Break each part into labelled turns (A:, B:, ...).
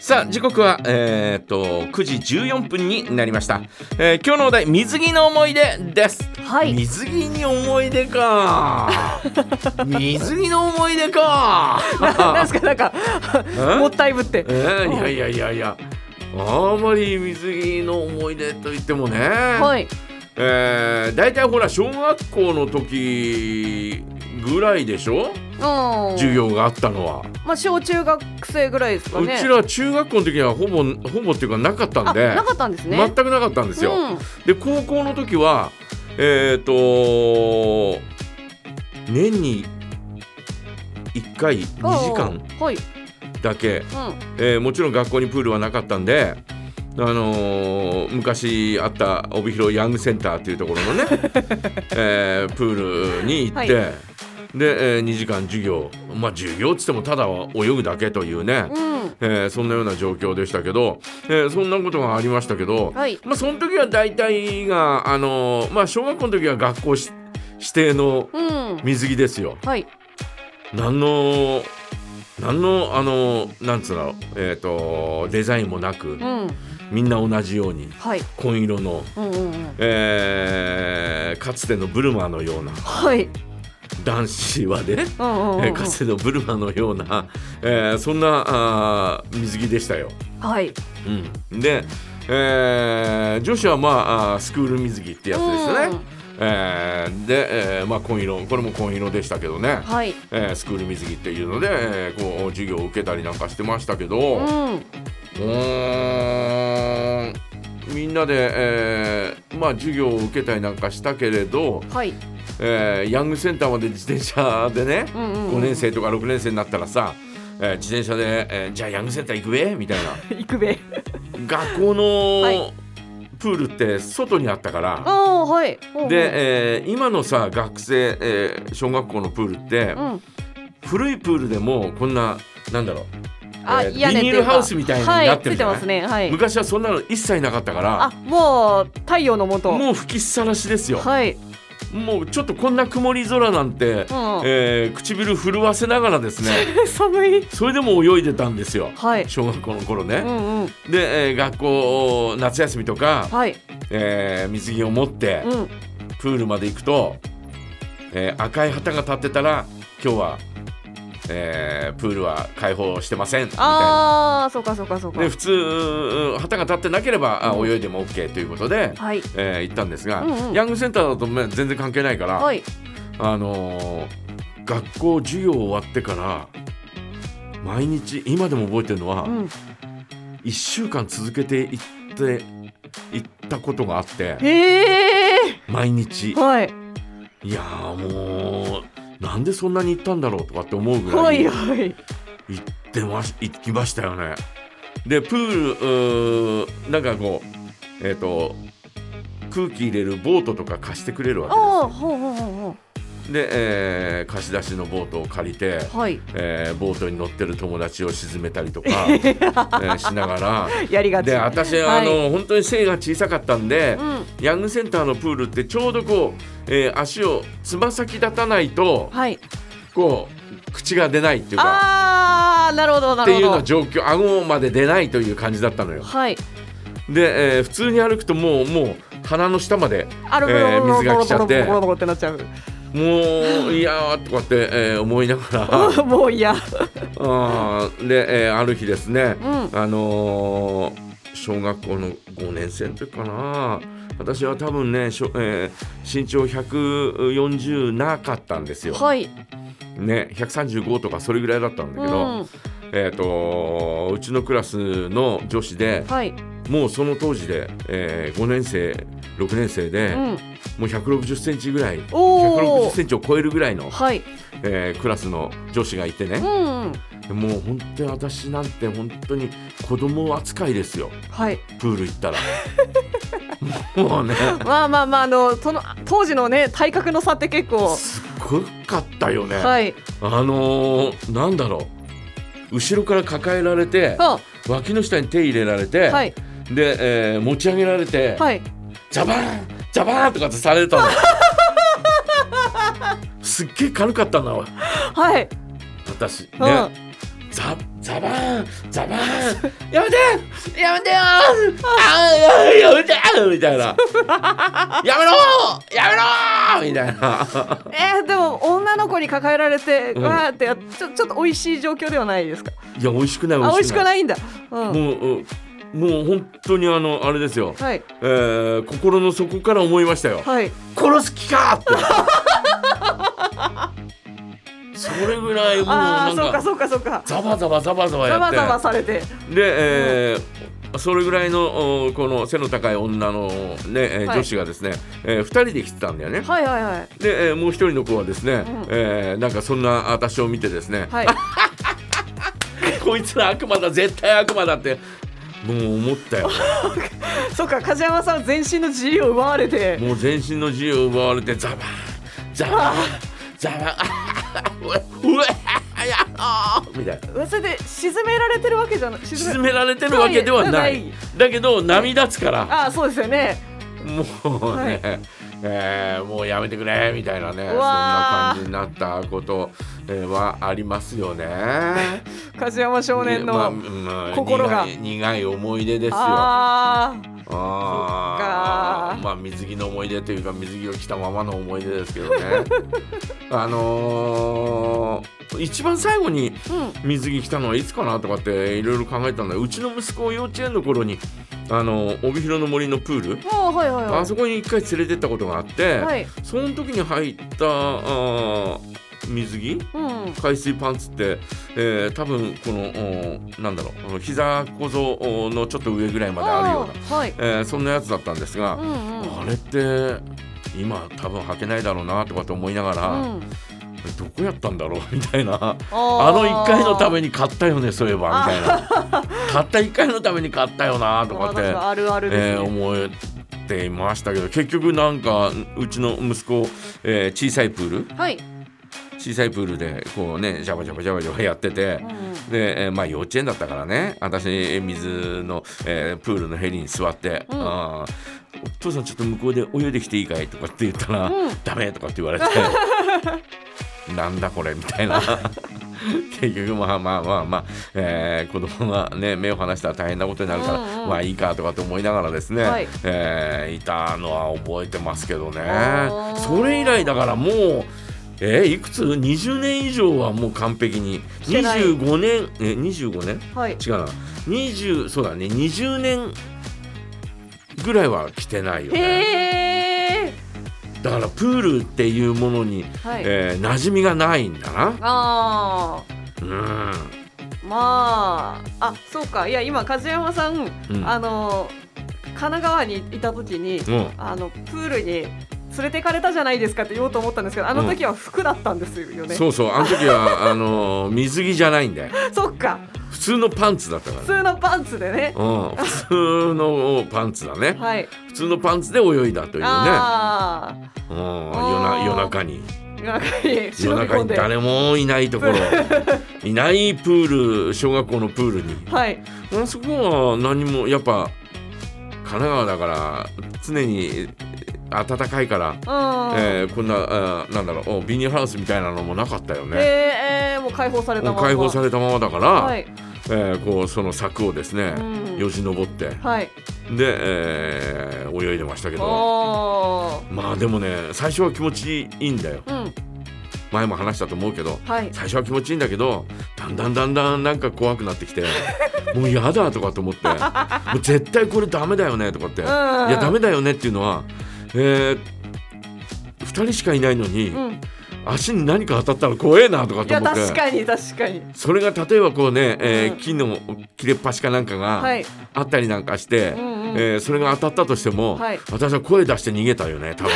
A: さあ時刻はえーっと9時14分になりました、えー今日のお題水着の思い出です
B: はい。
A: 水着に思い出 か水着の思い出か
B: なんですかなんかもったいぶって。
A: えーいやいやいやいやあんまり水着の思い出といってもね、
B: はい。
A: えー、大体ほら小学校の時ぐらいでしょ
B: う
A: 授
B: ん。
A: 業があったのは、
B: まあ小中学生ぐらいですか
A: う
B: ね。
A: ちら中学校の時はほぼほぼっていうかなかった
B: あ
A: んで
B: なかったんですね。
A: 全くなかったんですよ、
B: うん
A: で高校の時はえっ、と年に1回2時間。
B: はい。
A: だけ、
B: う
A: えーもちろん学校にプールはなかったんで、あのー昔あった帯広ヤングセンターというところの ね、えープールに行って、で、えー2時間授業まあ授業っつってもただ泳ぐだけというね、
B: ん。うん。
A: えーそんなような状況でしたけど、えーそんなことがありましたけど、
B: はい
A: まあ、その時は大体が、あのーまあ、小学校の時は学校し指定の
B: うん。
A: 水着ですよ。
B: はい。
A: 何の何のあのーなんつうの、えー、とデザインもなく
B: うん。
A: みんな同じように
B: はい。
A: 紺色の、
B: うんうんうん。
A: えーかつてのブルマーのような
B: はい。
A: 男子はね、
B: うんうん
A: えー
B: うん。
A: かつてのブルマーのような、えーそんなあー水着でしたよ。
B: はい。
A: うん、で、えー女子はまああースクール水着ってやつですよね。
B: うん
A: えーで、えーまあ、紺色これも紺色でしたけどね、
B: はい。
A: えースクール水着っていうので、えーこう授業を受けたりなんかしてましたけど、
B: う。
A: うんーんみんなで、えーまあ、授業を受けたりなんかしたけれど、
B: はい。
A: えーヤングセンターまで自転車でね、
B: うんうんうん
A: 5年生とか6年生になったらさ、えー自転車で、えーじゃあヤングセン ター行くべみたいな。
B: 行くべ。
A: 学校の、
B: はい
A: プールって外にあったから
B: ああーはい。ほうほう、
A: で、えー今のさ学生、えー小学校のプールって、
B: うん。
A: 古いプールでもこんななんだろう、
B: あ、
A: えー
B: 屋根って
A: ビ
B: い
A: ニー
B: う
A: ル
B: か
A: ハウスみたいになってるじゃない
B: はい、ついてますね。はい。
A: 昔はそんなの一切なかったか
B: あ
A: ら、
B: もう太陽のもと。
A: もう吹きさらしですよ、
B: はい。
A: もうちょっとこんな曇り空なんて、
B: うん
A: えー唇震わせながらですね
B: 寒い。
A: それでも泳いでたんですよ
B: はい。
A: 小学校の頃ね
B: う、んうん。
A: で、えー学校夏休みとか、
B: はい。
A: えー水着を持って、
B: うん。
A: プールまで行くと、えー赤い旗が立ってたら今日は、えープールは開放してませんみたいな。
B: ああそうかそうかそうか
A: で。普通旗が立ってなければあ
B: うん
A: 泳いでも OK ということで、
B: はい。
A: えー行ったんですが、
B: うんうん
A: ヤングセンターだとね全然関係ないから、
B: はい。
A: あのー学校授業終わってから毎日今でも覚えてるのは、
B: うん。
A: 1週間続けて行って行ったことがあって
B: へえ
A: 毎日。
B: はい。
A: いやーもうなんでそんなに行ったんだろうとかって思うぐら
B: はいい
A: 行
B: はい。
A: ってまし行きましたよね。でプールうーなんかこうえっ、と空気入れるボートとか貸してくれる
B: あ
A: わ
B: あほうほうほうほ
A: けです。で、えー貸し出しのボートを借りて、
B: う。はい。
A: えーボートに乗ってる友達を沈めたりと か、えーしなが
B: やりが
A: ら。
B: ち。
A: で私、あ
B: はい
A: の本当に背が小さかったんで、
B: うん。
A: ヤングセンターのプールってちょうどこう、えー足をつま先立たないと。
B: はい。
A: こう口が出ないっていうか
B: ああなるほどな
A: ってい
B: る
A: うよう
B: ほ
A: な
B: ど。
A: 状況顎まで出ないという感じだったのよ
B: はい。
A: で、えー普通に歩くともうもう鼻の下まで
B: ある
A: えー水が来ちゃって
B: ボロボロボロボロボロってなっちゃう。
A: もういやーとかって、えー思いなが ら
B: もういや。
A: あーで、えーある日ですね、
B: う
A: あのー小学校の5年生の時かな私は多分ね、しょえー身長140なかったんですよ、
B: はい。
A: ね、135とかそれぐらいだったんだ
B: う
A: けど、
B: ん。
A: えー、とうちのクラスの女子で
B: はい。
A: もうその当時で、え5年生6年生で、
B: うん。
A: もう1 6 0センチぐらい1 6
B: おお
A: 0。センチを超えるぐらいの、
B: はい。
A: えークラスの女子がいて
B: う
A: ね、
B: んうん。
A: もう本当に私なんて本当に子供扱いですよ
B: はい。
A: プール行 ったらもうね
B: まあまあまああのその当時のね体格の差って結構
A: すっごかったよね、
B: はい
A: あのーなんだろう後ろから抱えられて
B: あ
A: 脇の下に手入れられて、
B: はい
A: で、えー持ち上げられて、
B: はい
A: ジャバーンジャバーンとかってされ てたのすっげえ軽かったなおい
B: はい
A: 私ね、
B: うん
A: ザザバーンザバーンやめてやめてよあーやめてみ たいなやめろやめろみたいな
B: えー、でも女の子に抱えられて
A: うん
B: わーってやっちょちょっと美味しい状況ではないですか
A: いや美味しくない
B: あ美味しく
A: い
B: ないんだ、うん、
A: もううんもう本当にあのあれですよ、
B: はい
A: えー、心の底から思いましたよ
B: はい
A: 殺す気かって それぐらいもう
B: あ
A: な
B: あ
A: ん
B: そうか
A: か
B: そうかそうか
A: ザバザバザバザバや
B: ざ
A: って
B: わざわされて
A: で、えーそれぐらいのおこの背の高い女の、ねえー
B: はい
A: 女子がですね、え2人で来てたんだよね。
B: はいはいはい
A: で、えーもう一人の子はですね、
B: ん
A: えーなんかそんな私を見てですね、
B: はい
A: こいつら悪魔だ絶対悪魔だってもう思ったよ
B: そうか梶山さんは全身の自由を奪われて
A: もう全身の自由を奪われてザバーンザバーンザバーンあうわうわやっほーみたいな
B: それで沈められてるわけじゃない沈
A: 沈められてるわけではな
B: ない
A: いだけど涙つから、
B: ああそうですよね
A: もうね、えーもうやめてくれみたいなねそんな
B: うわー
A: 感じになったことえーはありますよね。
B: 梶山少年の、
A: まあうん
B: 心が
A: 苦い苦い思い出ですよ。あ
B: あ
A: あ
B: そっか
A: まあ水着の思い出というか水着を着たままの思い出ですけど ね。あのー一番最後に
B: あうん
A: 水着着たのはいつかなとかっていろいろ考えたんだようちの息子を幼稚園の頃にあの帯広の森のプール、
B: もうはいはいはい
A: あそこに一回連れてったことがあって、
B: はい
A: その時に入ったあー水着
B: うん
A: 海水パンツって、えー多分このおーなんだろうあの膝小僧おーのちょっと上ぐらいまであるような、
B: あーはい
A: えーそんなやつだったんですが、
B: うんうん
A: あれって今多分履けないだろうなとかと思いながら、
B: うん
A: どこやったんだろうみたいな。あ
B: あ
A: の1回のため
B: に
A: に買ったよねそういえばみたいなたった1回のために買ったよなとかって、
B: あるあるですね、
A: えー思っていましたけど結局なんかうちの息子、えー小さいプール
B: はい、
A: 小さいプールでこうねジャバジャバジャバジャバやってて
B: う。ん
A: でえーまあ、幼稚園だったからね私水の、えープールのヘリに座って「
B: うん
A: あーお父さんちょっと向こうで泳いできていいかい?」とかって言ったら「
B: うん
A: ダメ!」とかって言われ て「なんだこれ」みたいな結局まあまあまあまあ、えー子供がね目を離したら大変なことになるから、
B: うんうん
A: まあいいかとかと思いながらですね、
B: はい
A: えーいたのは覚えてますけどね
B: あー
A: それ以来だからもうえーいくつ20年以上はもう完璧に
B: してない
A: 25年え25年
B: はい
A: 違うな20そうだね20年ぐらいは来てないよね
B: へえ
A: だからプールっていうものに、
B: はい、
A: えー馴染みがないんだな
B: ああ
A: うん
B: まああそうかいや今梶山さん、
A: うん
B: あの神奈川にいた時に、
A: うん
B: あのプールに連れて行かれたじゃないですかって言おうと思ったんですけどあの時は服だったんですよね、
A: そうそうあの時は あのー水着じゃないんだよ
B: そっか
A: 普通のパンツだったから
B: 普通のパンツでね
A: うん、普通のパンツだね
B: はい
A: 普通のパンツで泳いだというね、
B: ああ
A: うん、夜な夜中に
B: 夜中に
A: 夜
B: 忍び
A: 中
B: 込ん
A: に
B: で
A: 誰もいないと ころいないプール小学校のプールに
B: はい
A: あそこは何もやっぱ神奈川だから常に暖かいから、
B: うん
A: えーこんなあーなんだろうおビニールハウスみたいなのもなかったよね。
B: えー、もう解放された
A: も
B: ま
A: う
B: ま
A: 解放されたままだから、
B: はい
A: えーこうその柵をですね、
B: うん
A: よじ登って
B: はい
A: で、えー泳いでましたけど
B: おー
A: まあでもね最初は気持ちいいんだよ
B: うん
A: 前も話したと思うけど
B: はい
A: 最初は気持ちいいんだけどだんだんだんだんなんか怖くなって きてもうやだとかと思ってもう絶対これダメだよねとかって、
B: うん
A: いやダメだよねっていうのは、え2人しかいないのに、
B: うん
A: 足に何か当たったら怖えなとか
B: い
A: と
B: や
A: 思っ
B: 確
A: て。
B: かに確かに
A: それが例えばこうね、えー
B: うん
A: 木の切れっ端かなんか
B: は
A: が
B: い
A: あったりなんかして、
B: うんうん
A: えーそれが当たったとしても、
B: はい
A: 私は声出して逃げたよね 多分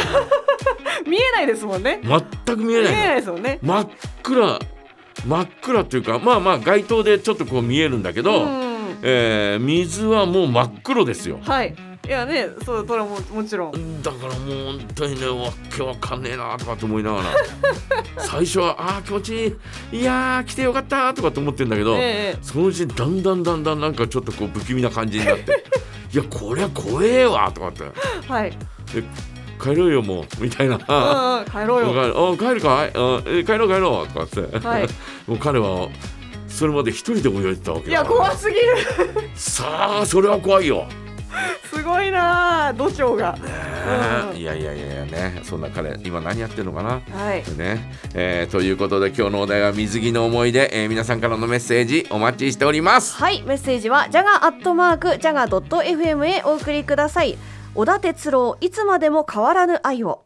B: 見えないですもんね
A: 全く見え
B: 見
A: ない
B: え
A: の
B: ないですもんね
A: 真っ暗真っ暗っていうかまあまあ街灯でちょっとこう見えるんだけど、
B: ん
A: えー水はもう真っ黒ですよ
B: はいいやねそうそれはももちろん
A: だからもう本当にねわっけわかんねえなとかと思いながら 最初はあー気持ちいいいやー来てよかったとかと思ってんだけど、
B: ええ
A: そのうちにだんだんだんだんなんかちょっとこう不気味な感じになって いやこりゃ怖えわとかって
B: はい
A: 帰ろうよもうみたいな。
B: うんうん帰ろう
A: わ
B: よ
A: かるあ帰るかいあえ帰ろう帰ろうとかって、
B: はい
A: もう彼はそれまで一人で泳いでたわ
C: い
A: けだ
C: や怖すぎる
A: さあそれは怖いよ、
C: すごいなあ度胸が
A: ね
C: うん
A: えいやいやいやいやねそんな彼今何やってるのかな
C: はい
A: ねえーということで今日のお題は水着の思い出、えー皆さんからのメッセージお待ちしております
B: はい、メッセージはジャガアットマークジャガドット FM へお送りください。小田哲郎、いつまでも変わらぬ愛を。